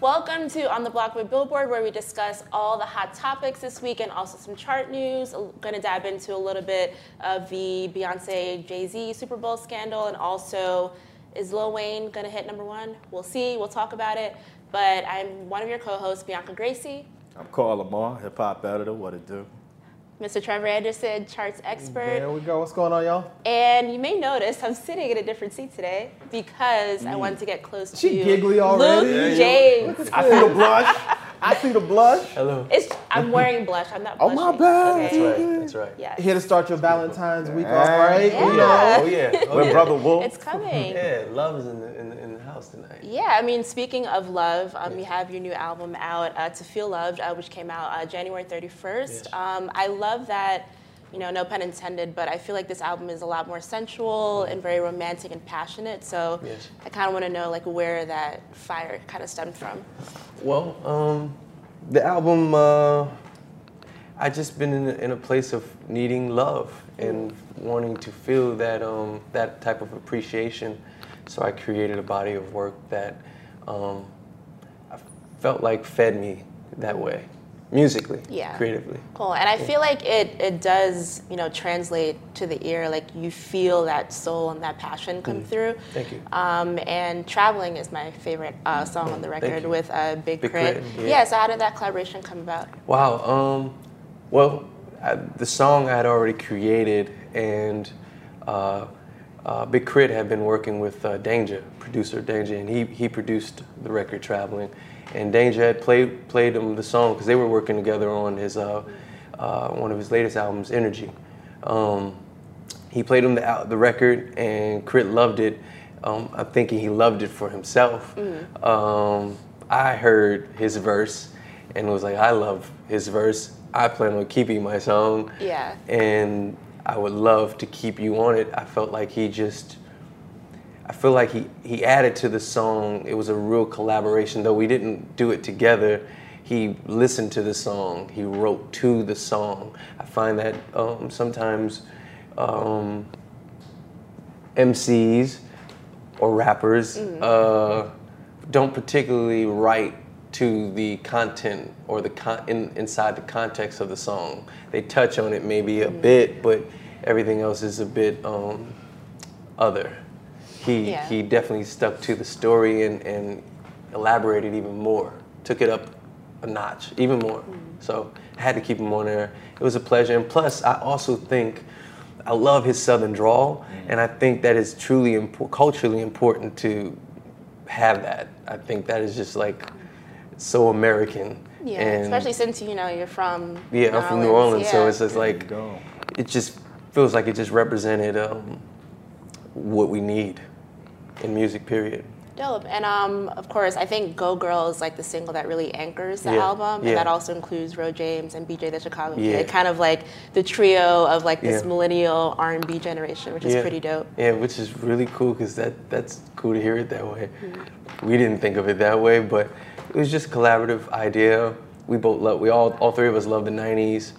Welcome to On the Block with Billboard, where we discuss all the hot topics this week and also some chart news. Going to dive into a little bit of the Beyonce Jay Z Super Bowl scandal and also is Lil Wayne going to hit number one? We'll see. We'll talk about it. But I'm one of your co hosts, Bianca Gracie, I'm Carl Lamar, hip hop editor. What it do? Mr. Trevor Anderson, charts expert. There we go. What's going on, y'all? And you may notice I'm sitting in a different seat today because I wanted to get close She to giggly already. Luke Yeah, you- James. I see the blush. I see the blush. Hello. It's, I'm wearing blush. I'm not Oh, blushing. my bad. That's right. That's right. Yes. Here to start your Valentine's week Yeah. off, right? Yeah. You know, Oh yeah. Oh, With yeah. Brother Wolf. It's coming. Yeah, love is in the, in the in the house tonight. Yeah, I mean, speaking of love, um, you have your new album out, uh, To Feel Loved, uh, which came out uh, January 31st. Yes. Um, I love that, you know, no pun intended, but I feel like this album is a lot more sensual and very romantic and passionate. So Mm-hmm. Yes. I kind of want to know, like, where that fire kind of stemmed from. Well, um, the album. Uh, I just been in a, in a place of needing love and wanting to feel that um, that type of appreciation. So I created a body of work that um, I felt like fed me that way, musically, Yeah. creatively. Cool. And I feel like it, it does, you know, translate to the ear. Like, you feel that soul and that passion Mm. come through. Thank you. Um, and Traveling is my favorite uh, song on the record you. with uh, Big, Big Crit. Crit, Yeah. yeah. so how did that collaboration come about? Wow. Um, well, I, the song I had already created, and uh, uh, Big Crit had been working with uh, Danger, producer Danger, and he, he produced the record Traveling. And Danger had played played him the song because they were working together on his uh, uh, one of his latest albums, Energy. Um, he played him the, al- the record and Crit loved it. Um, I'm thinking he loved it for himself. Um, I heard his verse and was like, I love his verse. I plan on keeping my song. Yeah. And I would love to keep you on it. I felt like he just, I feel like he, he added to the song. It was a real collaboration, though we didn't do it together. He listened to the song, he wrote to the song. I find that um, sometimes um, MCs or rappers uh, don't particularly write to the content or the con- in, inside the context of the song. They touch on it maybe a bit, but everything else is a bit um, other. He Yeah. he definitely stuck to the story and, and elaborated even more. Took it up a notch, even more. Mm. So I had to keep him on there. It was a pleasure. And plus, I also think I love his southern drawl, and I think that is truly impo- culturally important to have that. I think that is just like so American. Yeah, And- especially since you know you're from yeah, I'm from New Orleans, so yeah. it's just like go. it just feels like it just represented um, what we need in music. Period. dope. And um, of course, I think "Go Girl" is like the single that really anchors the Yeah, album, yeah. and that also includes Ro James and BJ the Chicago Yeah. Kid, kind of like the trio of like this Yeah. millennial R&B generation, which is yeah. pretty dope. Yeah, which is really cool because that that's cool to hear it that way. Mm-hmm. We didn't think of it that way, but it was just a collaborative idea. We both love. We all all three of us love the '90s.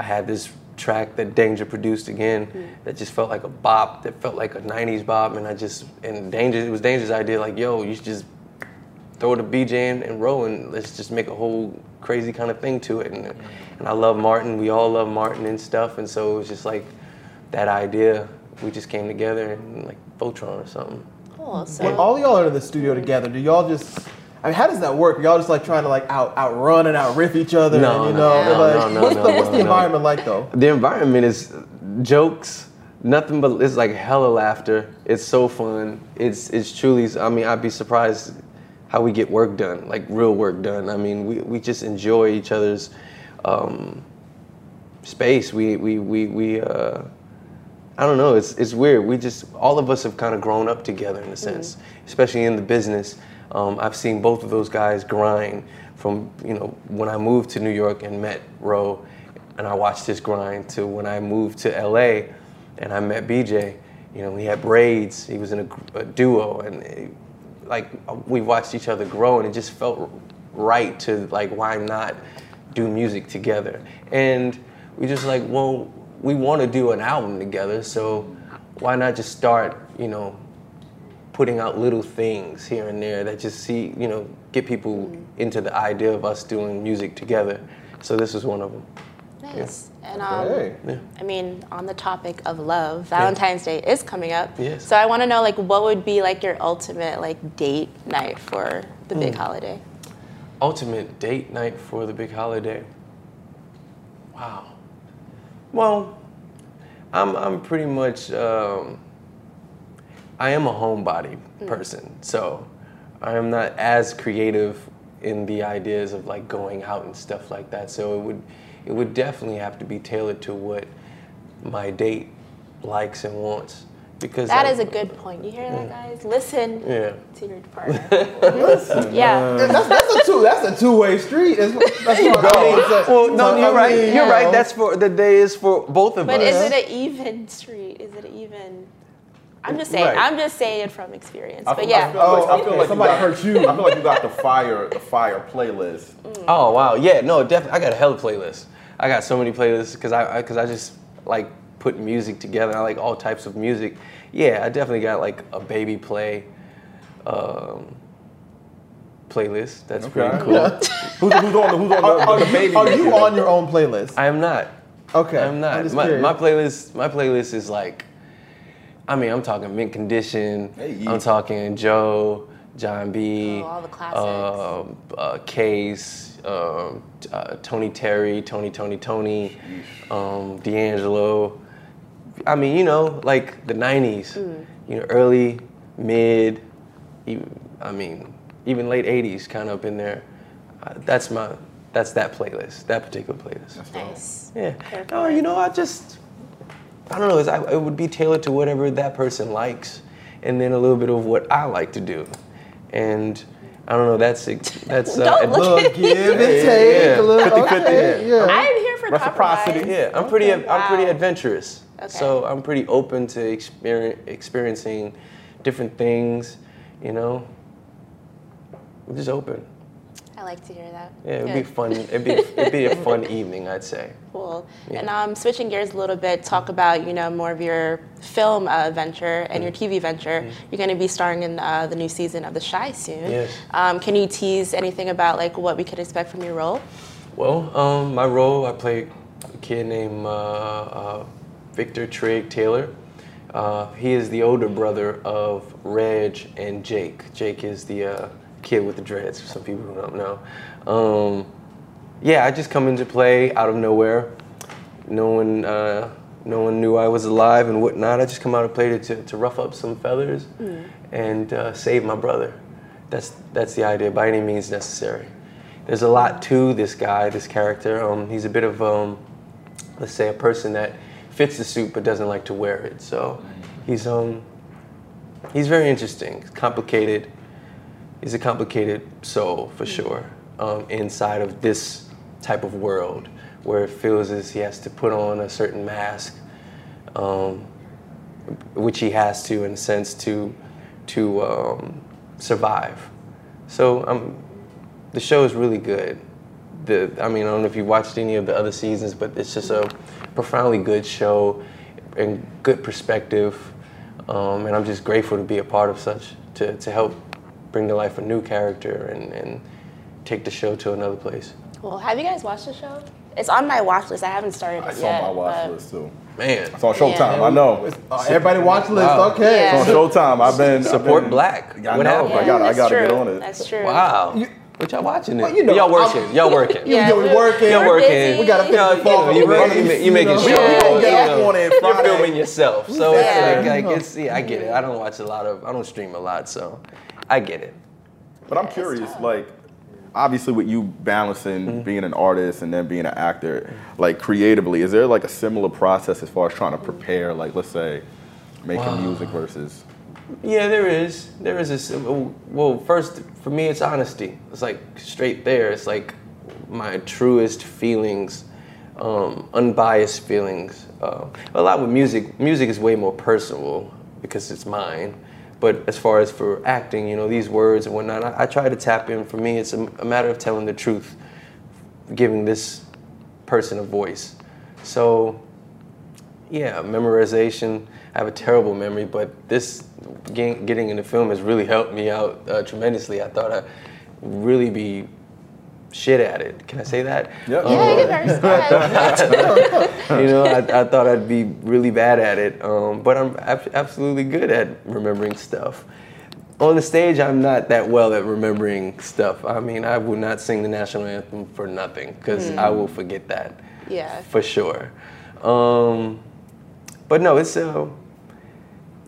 I had this track that Danger produced again Mm-hmm. that just felt like a bop. That felt like a '90s bop, and I just and Danger. It was Danger's idea. Like, yo, you should just throw the BJ in and roll and let's just make a whole crazy kind of thing to it. And, and I love Martin. We all love Martin and stuff. And so it was just like that idea. We just came together and like Voltron or something. Cool. So When all y'all are in the studio together, do y'all just? I mean, how does that work? Are y'all just like trying to like out outrun and outriff each other? No, and, you no, know, no, like, no, no, what's the, no, what's the no. environment like though? The environment is jokes, nothing but it's like hella laughter. It's so fun. It's it's truly. I mean, I'd be surprised how we get work done, like real work done. I mean, we we just enjoy each other's um, space. We we we we. Uh, I don't know. It's it's weird. We just all of us have kind of grown up together in a sense, especially in the business. Um, I've seen both of those guys grind from you know when I moved to New York and met Ro, and I watched his grind to when I moved to LA, and I met BJ. You know, he had braids. He was in a, gr- a duo, and it- like we watched each other grow, and it just felt right to like why not do music together and we just like well we want to do an album together so why not just start you know putting out little things here and there that just see, you know, get people into the idea of us doing music together. So this was one of them. Nice. And um, Hey. I mean, on the topic of love, Valentine's Day is coming up. Yes. So I want to know, like, what would be like your ultimate like date night for the big holiday? ultimate date night for the big holiday. Wow. Well, I'm I'm pretty much um, I am a homebody person, so I am not as creative in the ideas of like going out and stuff like that. So it would it would definitely have to be tailored to what my date likes and wants because That I- is a good point. You hear that, guys? Listen yeah. to your partner. yeah. That's, that's a two. That's a two-way street. It's, that's what I mean, so- Well, so, no, I you're right. mean, You're you right. know, That's for the day is for both of But us. is it an even street? Is it an even? I'm just saying. Right. I'm just saying it from experience. I But feel- yeah. I feel like, I Oh, feel like somebody you got, hurt you. I feel like you got the fire, the fire playlist. Oh wow, yeah, no, definitely. I got a hell of playlist. I got so many playlists because I because I, just like put music together. I like all types of music. Yeah, I definitely got like a baby play um, playlist. That's pretty Okay. cool. Who's, who's on the, who's on Are, the, are the you, baby? are you on your own playlist? I am not. Okay. I'm not. just my, curious. my playlist. My playlist is like. I mean, I'm talking mint condition. Hey, yeah. I'm talking Joe, John B. Oh, all the classics. um, uh, Case, um, t- uh, Tony Terry, Tony, Tony, Tony, um, D'Angelo. I mean, you know, like the '90s. Mm. You know, early, mid. Even, I mean, even late '80s, kind of up in there. Uh, that's my. That's that playlist. That particular playlist. Nice. Yeah. Fair No, you know, I just, I don't know. It's, I, it would be tailored to whatever that person likes, and then a little bit of what I like to do, and I don't know. That's ex- that's. Uh, Don't look Look, give and Yeah, yeah. take a little. 50-50, Okay, yeah. yeah. I'm here for Reciprocity. compromise. yeah, I'm pretty. Okay. I'm pretty Wow. adventurous. So I'm pretty open to experience, experiencing different things. You know, I'm just open. I like to hear that. Yeah, it'd Good. be fun. It'd be it'd be a fun evening, I'd say. Cool. And um, switching gears a little bit, talk about you know more of your film uh, venture and Mm. your TV venture. You're going to be starring in uh, the new season of The Shy soon. Yes. Um, can you tease anything about like what we could expect from your role? Well, um, my role, I play a kid named uh, uh, Victor Trigg Taylor. Uh, he is the older brother of Reg and Jake. Jake is the uh, kid with the dreads, for some people who don't know. Um, yeah, I just come into play out of nowhere. No one, uh, no one knew I was alive and whatnot. I just come out and play to, to, to rough up some feathers and uh, save my brother. That's that's the idea. By any means necessary. There's a lot to this guy, this character. Um, he's a bit of um, let's say a person that fits the suit but doesn't like to wear it. So he's um he's very interesting, complicated. He's a complicated soul for sure. Um, inside of this type of world where it feels as he has to put on a certain mask, um, which he has to in a sense to to um, survive. So um, the show is really good. The I mean, I don't know if you watched any of the other seasons, but it's just a profoundly good show and good perspective. Um, and I'm just grateful to be a part of such to, to help bring to life a new character and, and take the show to another place. Well, have you guys watched the show? It's on my watch list. I haven't started it It's yet. on my watch but- list too. Man, It's on Showtime. I know. Uh, everybody watch list. Wow. Okay. Yeah. It's on Showtime. I've been I've support been- black. I what know, happened? Oh, I gotta- I that's gotta true. get on it. That's true. Wow. what y'all watching? It? you know, y'all I'm- working? y'all working? You Yeah, know, we we're- working. You're we're working. busy. We gotta You know, finish the fall. you, you, We're make- running you, these, make- you making know, shows. We gonna you get know. off on it You're Friday. filming yourself, so Yeah. it's like, like it's. Yeah, I get it. I don't watch a lot of. I don't stream a lot, so I get it. But I'm curious, like, obviously, with you balancing Mm-hmm. being an artist and then being an actor, like, creatively, is there like a similar process as far as trying to prepare, like, let's say, making music versus? Yeah, there is. There is this. Well, first for me, it's honesty. It's like straight there. It's like my truest feelings, um, unbiased feelings. Uh, a lot with music. Music is way more personal because it's mine. But as far as for acting, you know, these words and whatnot, I, I try to tap in. For me, it's a, a matter of telling the truth, giving this person a voice. So yeah, memorization. I have a terrible memory, but this getting, getting into film has really helped me out uh, tremendously. I thought I'd really be shit at it. Can I say that? Yep. Um, Yeah, you're very smart. you know, I, I thought I'd be really bad at it, um, but I'm ab- absolutely good at remembering stuff. On the stage, I'm not that well at remembering stuff. I mean, I will not sing the national anthem for nothing because I will forget that Yeah. for sure. Um, but no, it's uh,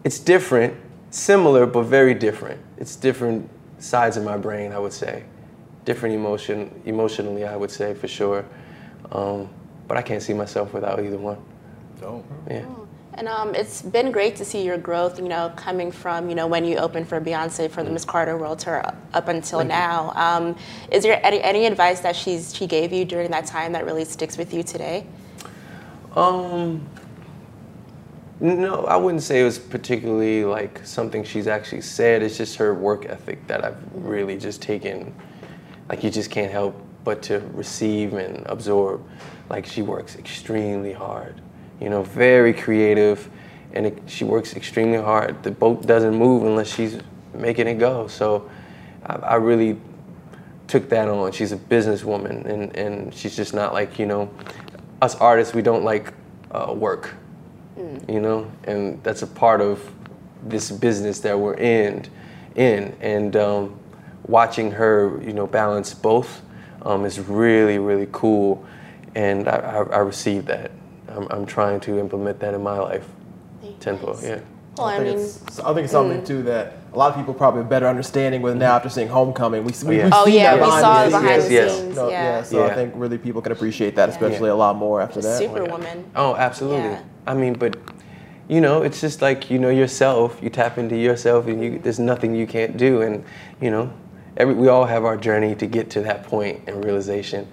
it's different, similar but very different. It's different sides of my brain, I would say, different emotion emotionally, I would say for sure. Um, but I can't see myself without either one. Dope. Yeah. And um, it's been great to see your growth, you know, coming from, you know, when you opened for Beyonce for the Miss Carter World Tour up until now. Um, is there any, any advice that she's, she gave you during that time that really sticks with you today? Um, no, I wouldn't say it was particularly like something she's actually said. It's just her work ethic that I've really just taken. Like you just can't help but to receive and absorb. Like she works extremely hard. You know, very creative, and it, she works extremely hard. The boat doesn't move unless she's making it go. So, I, I really took that on. She's a businesswoman, and, and she's just not like you know, us artists. We don't like uh, work, you know, and that's a part of this business that we're in, in and um, watching her, you know, balance both um, is really really cool, and I, I, I received that. I'm, I'm trying to implement that in my life, tenfold. Nice. Yeah. Well, I, I think, mean, mm. it's, I think it's something too that a lot of people probably have better understanding with now after seeing Homecoming. We, we, yeah. we've Oh, seen yeah, that we behind saw the the scenes. behind the Yes, yes. scenes, No, yeah. so Yeah. I think really people can appreciate that, especially a lot more after that. Superwoman. Oh, absolutely. Yeah. I mean, but you know, it's just like you know yourself. You tap into yourself, and you there's nothing you can't do. And you know, every we all have our journey to get to that point and realization.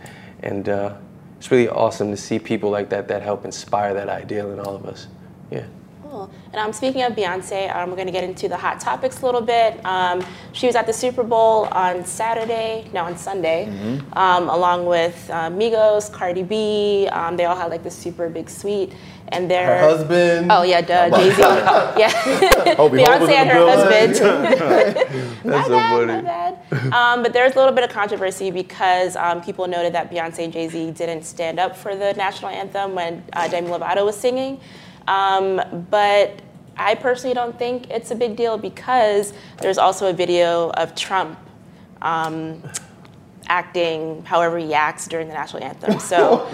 And uh, it's really awesome to see people like that that help inspire that ideal in all of us. Yeah. Cool. And um, speaking of Beyonce, um, we're going to get into the hot topics a little bit. Um, she was at the Super Bowl on Saturday, no, on Sunday, Mm-hmm. um, along with uh, Migos, Cardi B. Um, they all had like this super big suite, and their Her husband. Oh yeah, duh, Jay Z. yeah, Hobie Hove was Beyonce in and the her husband. building. That's my bad, my bad. Um, but there's a little bit of controversy because um, people noted that Beyonce and Jay Z didn't stand up for the national anthem when uh, Demi Lovato was singing. Um, but I personally don't think it's a big deal because there's also a video of Trump. Um, acting however he acts during the national anthem so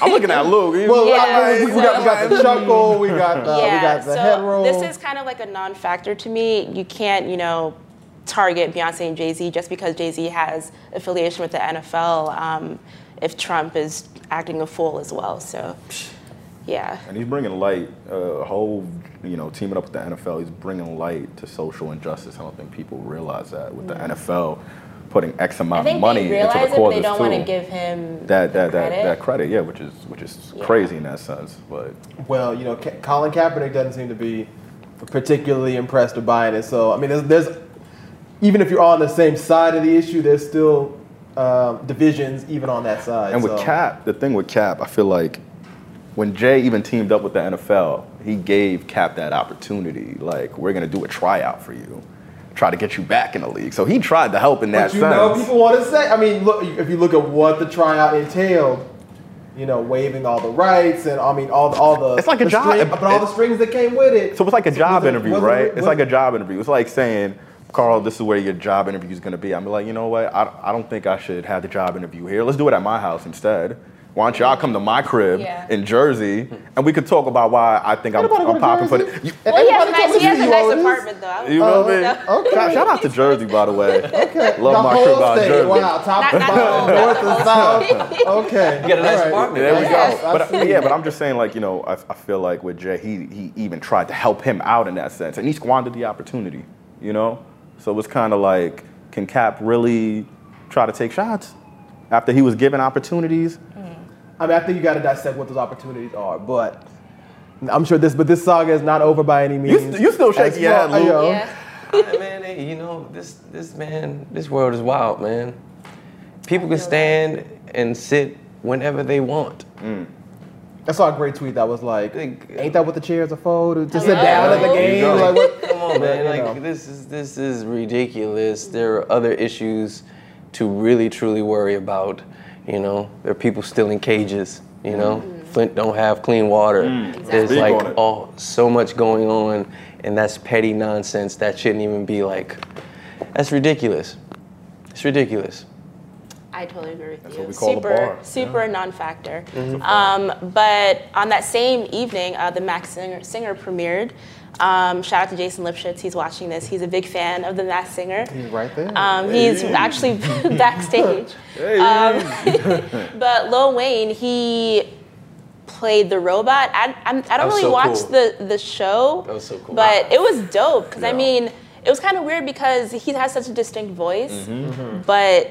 I'm looking at Luke. He- Well, Yeah, we, we- we got, we got the chuckle, we got the, Uh, we yeah got the so head roll. this is kind of like a non-factor to me you can't you know target beyonce and jay-z just because jay-z has affiliation with the nfl um, if trump is acting a fool as well so yeah And he's bringing light, uh, a whole, you know, teaming up with the NFL, he's bringing light to social injustice. I don't think people realize that with the NFL putting X Mm. i amount of think money they realize into the it but causes they don't too. want to give him that that that credit. that credit, yeah, which is which is Yeah. crazy in that sense. But well, you know, Ka- Colin Kaepernick doesn't seem to be particularly impressed with Biden. So, I mean, there's, there's even if you're on the same side of the issue, there's still um, divisions even on that side. and with so. Cap, the thing with Cap, I feel like when Jay even teamed up with the NFL, he gave Cap that opportunity. Like, we're gonna do a tryout for you, try to get you back in the league. So he tried to help in that But you sense. know, people want to say. I mean, look if you look at what the tryout entailed, you know, waiving all the rights and I mean, all the, all the It's like a the job. string- but all the strings that came with it. So it's like a job was it- interview, was it- right? was it's like it- a job interview. It's like saying, Carl, this is where your job interview is going to be. I'm like, you know what? I, I don't think I should have the job interview here. Let's do it at my house instead. Why don't y'all come to my crib Yeah. in Jersey and we could talk about why I think I'm, Nobody go I'm to popping for Jersey. the. You, And well, he has a everybody nice, he tells has you a all nice this. apartment though I would- you know what I Oh, mean? okay. Shout, shout out to Jersey, by the way. Love Okay. the my whole crib out of state. Jersey. Wow, top Not- to not bottom, all, not north the and south. Okay. You got a nice apartment. There we go. Yes, But uh, absolutely. yeah, but I'm just saying, like you know, I, I feel like with Jay, he he even tried to help him out in that sense, and he squandered the opportunity. You know, so it's kind of like, can Cap really try to take shots after he was given opportunities? I mean, I think you got to dissect what those opportunities are, but. I'm sure this, but this saga is not over by any You means. st- you still As shaking your head, far- Lou. yo, yeah Yeah, man, hey, you know, this this man, this world is wild, man. People can stand and sit whenever they want. I saw a great tweet that was like, Like, "Ain't that what the chairs are for? To, to sit Hello? down at the There you game? go. Like, what? Come on, man! You Like know. this is this is ridiculous. There are other issues to really truly worry about. You know, there are people still in cages. You know, Mm. Flint don't have clean water. There's Speak like on it. oh, so much going on, and that's petty nonsense. That shouldn't even be like. That's ridiculous. It's ridiculous. I totally agree with you. what we call the super, bar, Mm-hmm. super non-factor. Um, but on that same evening, uh, the Max Singer, Singer premiered. Um, shout out to Jason Lipschitz. He's watching this. He's a big fan of the Max Singer. He's right there. Um, he's actually backstage. Um, Hey, But Lil Wayne, he played the robot. I, I'm, I That don't was really so watch cool. the, the show. That was so cool. But it was dope because I Yeah. mean, it was kind of weird because he has such a distinct voice, Mm-hmm. Mm-hmm. but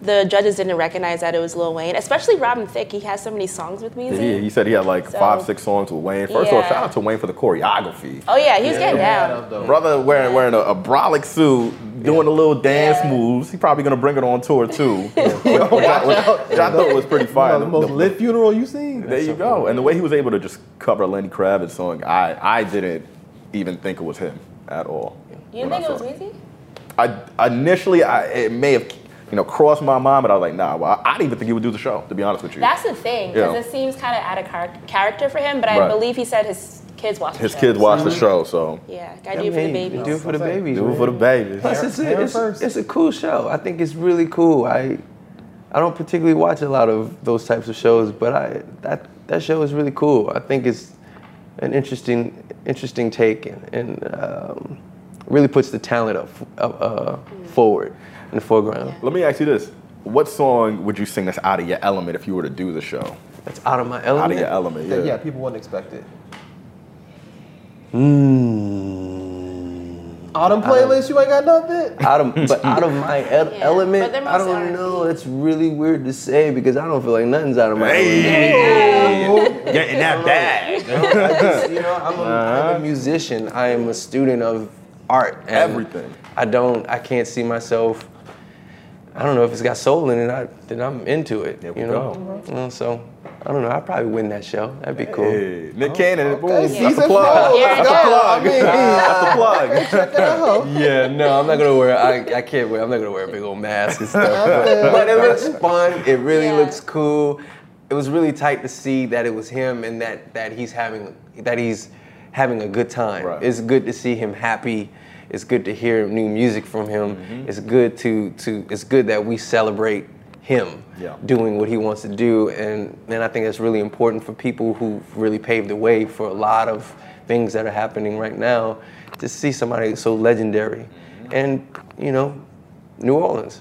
the judges didn't recognize that it was Lil Wayne, especially Robin Thicke. He has so many songs with Weezy. He, he said he had like five, So- six songs with Wayne. First of all, Yeah. shout out to Wayne for the choreography. Oh yeah, he was getting Yeah, that down. was dope. Brother wearing wearing a, a brolic suit, doing a little dance Yeah. moves. He probably gonna bring it on tour too, which, I, which- which I thought was pretty You fire. know, the most lit funeral you seen. There you go. And the way he was able to just cover Lenny Kravitz's song, I I didn't even think it was him at all. You didn't when I think it was saw Weezy? I initially I it may have you know crossed my mind, but I was like, nah. Well, I, I didn't even think he would do the show. To be honest with you, That's the thing because Yeah. it seems kind of out of char- character for him. But I Right. believe he said his kids watched. his the show, kids so- watched the show, so Yeah, gotta do it for the Hey, babies. Do it for the That's it. babies. do it man. for the babies. Plus, it's Aaron a, it's, first. it's a cool show. I think it's really cool. I I don't particularly watch a lot of those types of shows, but I that that show is really cool. I think it's an interesting interesting take and, and um, really puts the talent up, up uh, forward in the foreground. Let me ask you this: What song would you sing that's out of your element if you were to do the show? That's out of my element. Out of your element, Yeah. yeah. people wouldn't expect it. Hmm. Mm. Autumn playlist, you ain't got nothing. out of but out of my Yeah, el- but element, they're I mostly don't R&B. know. It's really weird to say because I don't feel like nothing's out of my element. Hey, getting that bag. I just, you know, I'm a, I'm a musician. I am a student of art. and Everything. I don't. I can't see myself. I don't know if it's got soul in it. I, then I'm into it. There we you know. Mm, So I don't know. I'd probably win that show. That'd be cool. Oh. Hey, Nick Cannon, boom. Okay, That's season a four. plug. Here Let's we go. go. Plug. I That's a plug. mean, no. Yeah, no, I'm not gonna wear. I, I can't wear. I'm not gonna wear a big old mask and stuff. But, but it looks fun. It really Yeah. looks cool. It was really tight to see that it was him and that that he's having that he's having a good time. Right. It's good to see him happy. It's good to hear new music from him. It's good to to. It's good that we celebrate him Yeah. doing what he wants to do, and and I think that's really important for people who really paved the way for a lot of things that are happening right now. To see somebody so legendary, and you know, New Orleans.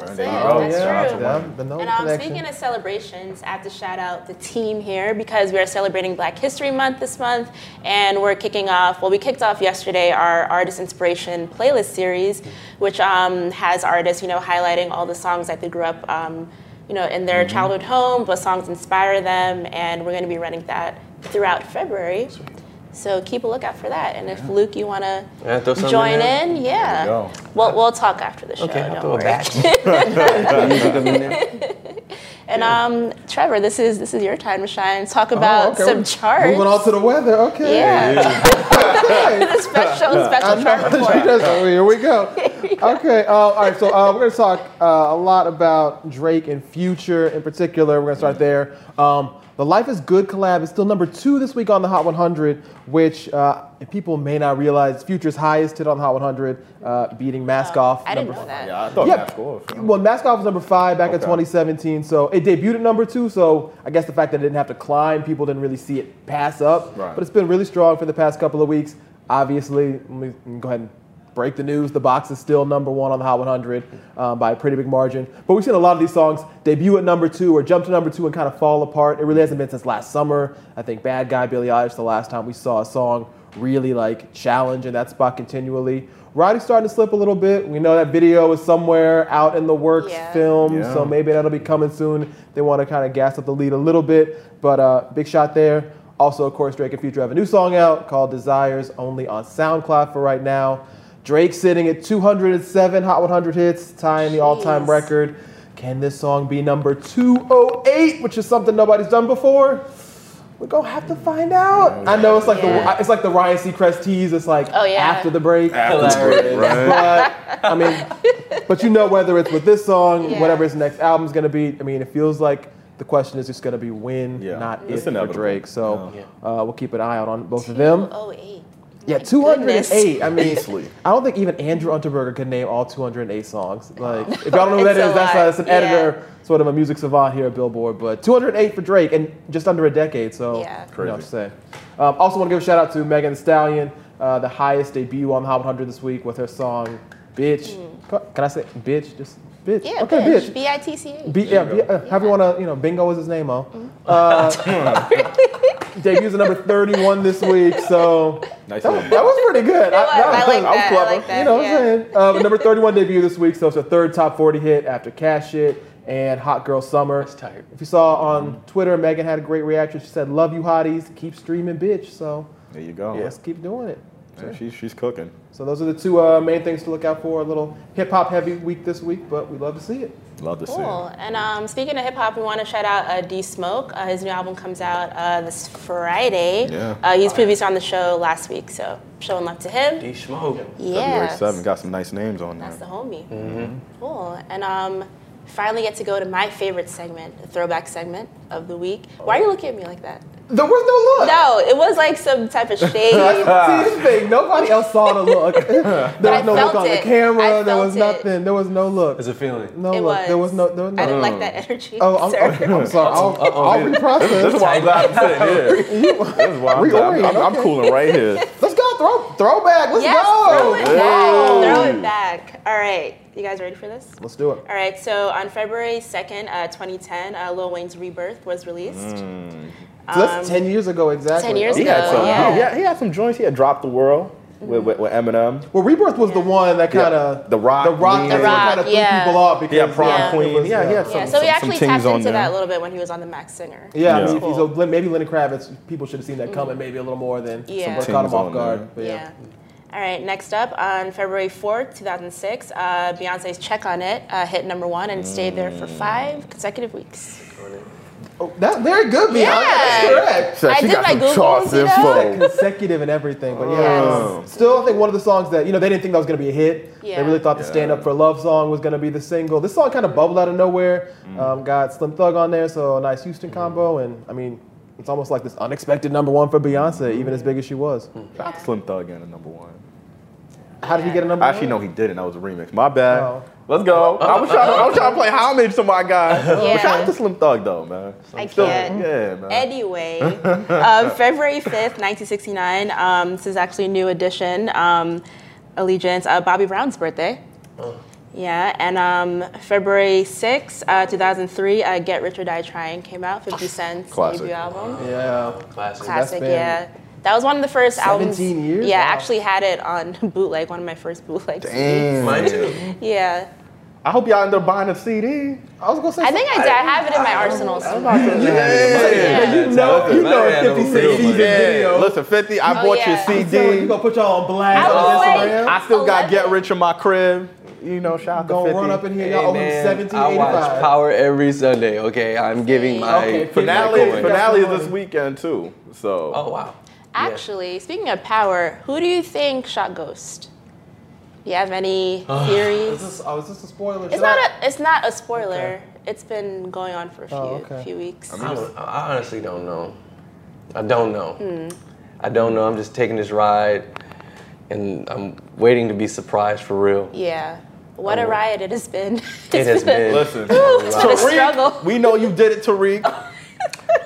That's There it. you go. That's Shout out true. to Them, the no And um, connection. speaking of celebrations, I have to shout out the team here because we are celebrating Black History Month this month, and we're kicking off. Well, we kicked off yesterday our Artist Inspiration playlist series, which um, has artists, you know, highlighting all the songs that they grew up, um, you know, in Mm-hmm. their childhood home, what songs inspire them, and we're going to be running that throughout February. So keep a lookout for that. And if Luke, you want to Yeah, throw something join in there? in, yeah, There you go. we'll we'll talk after the show. Okay, I'll don't throw it worry. back. Music up in there. And um, Trevor, this is this is your time to shine. Talk about Oh, okay, some we're charts. Moving on to the weather. Okay. yeah, the special special chart She report. does- oh, here we go. Okay. Uh, all right. So uh, we're going to talk uh, a lot about Drake and Future in particular. We're going to start there. Um, the Life is Good collab is still number two this week on the Hot 100, which uh, people may not realize Future's highest hit on the Hot 100, uh, beating Mask Off. Oh, I didn't number know that. Yeah, I thought Yeah. that score. Well, Oh, Mask Off was number five back in Okay. 2017, so it debuted at number two. So I guess the fact that it didn't have to climb, people didn't really see it pass up. Right. But it's been really strong for the past couple of weeks. Obviously, let me go ahead and break the news. The box is still number one on the Hot 100 uh, by a pretty big margin. But we've seen a lot of these songs debut at number two or jump to number two and kind of fall apart. It really hasn't been since last summer. I think Bad Guy Billy Eilish the last time we saw a song really like challenge in that spot continually. Roddy's starting to slip a little bit. We know that video is somewhere out in the works, Yeah. film, Yeah. so maybe that'll be coming soon. They want to kind of gas up the lead a little bit, but uh, big shot there. Also, of course, Drake and Future have a new song out called Desires, only on SoundCloud for right now. Drake sitting at 207 Hot 100 hits, tying the all-time Jeez. oh record. Can this song be number 208, which is something nobody's done before? We're gonna have to find out. I know it's like Yeah. the it's like the Ryan Seacrest tease. It's like Oh, yeah. after the break. After the break, Hilarious. But I mean, but you know whether it's with this song, Yeah. whatever his next album's gonna be. I mean, it feels like the question is just gonna be when, Yeah. not It's if for inevitable. Drake. So Yeah. uh, we'll keep an eye out on both of them. 208. Yeah, My 208. I mean, Easily. I don't think even Andrew Unterberger could name all 208 songs. Like, if y'all don't know who that It's a is, that's, lot. uh, that's an Yeah. editor, sort of a music savant here at Billboard. But 208 for Drake, and just under a decade, so Yeah. you know Crazy. what to say. Um, also, want to give a shout out to Megan Thee Stallion, uh, the highest debut on the Hot 100 this week with her song "Bitch." Co- Can I say "Bitch"? Just "Bitch." Mm. Yeah, okay, bitch. bitch. B I T C H. B- yeah, B- uh, however you want to, you know, bingo is his name, oh. Uh, debuts at number 31 this week, so Nice that, little that was pretty good. It was. I like I'm that. I clever. like that. you know what yeah. I'm saying? Uh, but number 31 debut this week, so it's a third top 40 hit after Cash It and Hot Girl Summer. That's tight. If you saw on Twitter, Megan had a great reaction. She said, Love you, hotties. Keep streaming, bitch. So There you go. let's keep doing it. Yeah, she, she's cooking. So those are the two uh, main things to look out for. A little hip hop heavy week this week, but we love to see it. Love to see it. Cool. And um, speaking of hip hop, we want to shout out uh, D Smoke. Uh, his new album comes out uh, this Friday. Yeah. Uh, he was previously on the show last week, so showing love to him. D Smoke. Yeah. February 7th, got some nice names on there. That's the homie. Mm-hmm. Cool. And um, finally get to go to my favorite segment, the throwback segment of the week. Why are you looking at me like that? There was no look. No, it was like some type of shade. See, this thing, nobody else saw the look. there was I no felt look on the it. I camera. There was felt it. nothing. There was no look. It's a feeling. No it look. was. There was no. There was no. I didn't like that energy. Oh, I'm, sir. I'm, I'm sorry. I'll, I'll This is reprocess. why I'm glad I'm sitting here. This is why I'm, glad- I'm, I'm Reorient, okay. cooling right here. Let's go. Throw throwback. Let's Yes, throw go. it back. Throw Ooh. it back. All right. You guys ready for this? Let's do it. All right, so on February 2nd, uh, 2010, uh, Lil Wayne's Rebirth was released. Mm. So that's ten years ago exactly. 10 Um, years He ago. had some. yeah. He, had, he had some joints. He had dropped the world with, with, with Eminem. Well, Rebirth was the one that Yeah. kind of The Rock The rock. leaned Everyone in. kind of threw Yeah. people off because He had Prom Yeah. Queen. Yeah, Yeah, he had some. Yeah, so some, he actually some tapped things on into there. that a little bit when he was on The Masked Singer. Yeah, I Yeah. mean, if he's Cool. Mm. a, Lin- maybe Lenny Kravitz, people should have seen that coming maybe a little more than Yeah. someone caught him Teams off on guard. there. But yeah. All right, next up on February 4th, 2006, uh, Beyonce's Check on It uh, hit number one and stayed there for Mm. five consecutive weeks. Oh, that's very good, Beyonce. Yeah. That's correct. Shit, I she did got my some Googles, charts you info. Consecutive and everything, but yeah. Yes. Still, I think one of the songs that you know they didn't think that was gonna be a hit. Yeah. They really thought the Yeah. "Stand Up for Love" song was gonna be the single. This song kind of bubbled out of nowhere. Mm. Um, got Slim Thug on there, so a nice Houston combo, and I mean, it's almost like this unexpected number one for Beyonce, even as big as she was. Mm. Not Slim Thug in at number one. How did he get a number? Actually, no, one? he didn't. That was a remix. My bad. Oh. Let's go. I was trying. To, I was trying to play homage to my guy. Yeah. Shout out to Slim Thug though, man. I Still- can't. Yeah, man. Anyway, um, February 5th, 1969, um, this is actually a new edition, um, Allegiance, uh, Bobby Brown's birthday. Oh. Yeah, and um, February 6th, uh, 2003, uh, Get Rich or Die Trying came out, 50 Cent's Classic. debut album. Yeah. Classic. Classic, been yeah. That was one of the first albums. 17 years? Yeah, I Wow. actually had it on bootleg, one of my first bootlegs. Damn. Mine too. Yeah. I hope y'all end up buying a CD. I was gonna say. I think I did. I have it in my arsenal. somewhere. Yeah. you know, you know, in Fifty Cent sees this video. Listen, 50, I Oh, bought yeah. your I'm telling you, CD. you gonna put y'all on blast I was on like- Instagram. I still got Get 11. Rich in my crib. You know, shout out to Gonna 50. run up in here, Hey, y'all owe him man, seventeen I eighty watch five. Power every Sunday. Okay, I'm giving my Okay, Finale, Michael Wayne. finale is That's this the weekend too. So Oh wow. Actually, speaking of power, who do you think shot Ghost? Do you have any theories? Is this, oh, is this a spoiler? It's Should not I- a it's not a spoiler. It's been going on for a few Oh, okay. few weeks. I, don't- I honestly don't know. I don't know. Hmm. I don't know. I'm just taking this ride, and I'm waiting to be surprised for real. yeah. What a Oh. riot it has been. It has been. listen, It's been a struggle. Tariq, we know you did it, Tariq.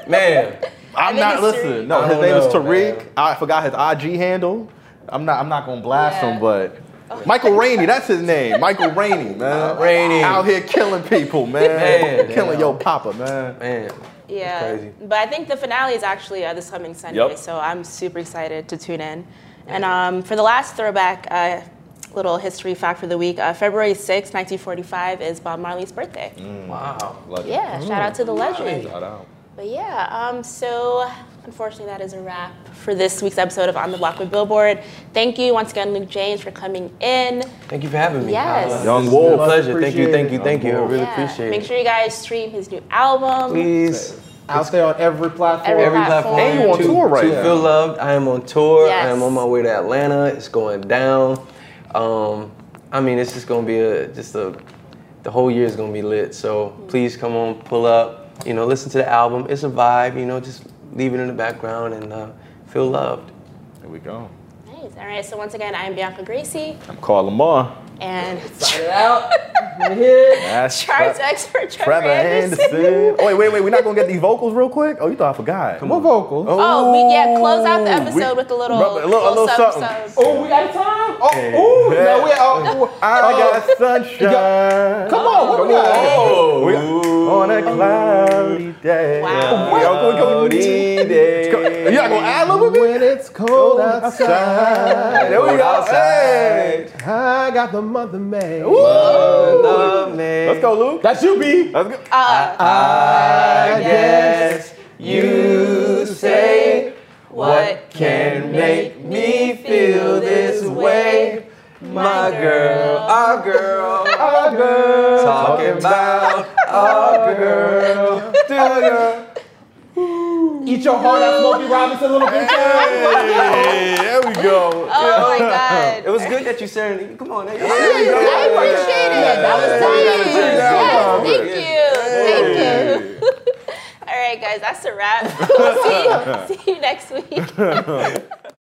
Man, I'm think not it's Tariq. listening. I No, his don't name is know, Tariq. man. I forgot his IG handle. I'm not. I'm not gonna blast Yeah. him, but Michael Rainey. That's his name. Michael Rainey, man. Rainey. out here killing people, man. Man. killing your papa, man. man. yeah. crazy. But I think the finale is actually uh, this coming Sunday, Yep. so I'm super excited to tune in. And um, for the last throwback uh, little history fact for the week, uh, February 6, 1945 is Bob Marley's birthday. Mm. Wow. Yeah, shout out to the legend. Mm-hmm. Shout out. But yeah, um, so unfortunately, that is a wrap for this week's episode of On the Block with Billboard. Thank you once again, Luke James, for coming in. Thank you for having me. Yes. Uh, Young this has been a Wolf. Pleasure. Thank you. Thank you. Appreciate it. Thank you. I Young really Yeah, appreciate Make it. sure you guys stream his new album. Please. out there on every platform. Every Every platform. platform. And you on To- tour right to now. Feel loved. I am on tour. I Yes. am on my way to Atlanta. It's going down. Um, I mean, it's just gonna be a just a the whole year is gonna be lit. So please come on, pull up. You know, listen to the album. It's a vibe. You know, just leave it in the background and uh, feel loved. There we go. Nice. All right. So once again, I'm Bianca Gracie, I'm Carl Lamar. and That's charts Tre- expert Trevor, Trevor Anderson. Oh wait, wait, wait. We're not gonna get these vocals real quick. Oh, you thought I forgot. More vocals. Oh, we- yeah, close out the Ooh, episode with a little- Brother, little sub- sub. Oh, we out of time. Oh, ooh, Yeah. no, we oh, ooh. I got sunshine. Come on, what we got? Oh, We- on a cloudy day. Wow. We all gonna go- day. You not gonna add a little bit? When it's cold outside, There we go. Hey. I got the month of May. Love me. Let's go, Luke. That's you, B. Let's go. Uh, I guess you say what can make me feel this way. My girl, our girl, our girl, talking about our girl, do girl. Eat your heart out, Smokey Robinson, little bit. Hey, there we go. Oh my It God. was good that you serenaded. Come on, there you I go. appreciate it. That was Yeah, nice. yeah, Yes, yeah. thank you. Thank you. All right, guys, that's a wrap. see, see you next week.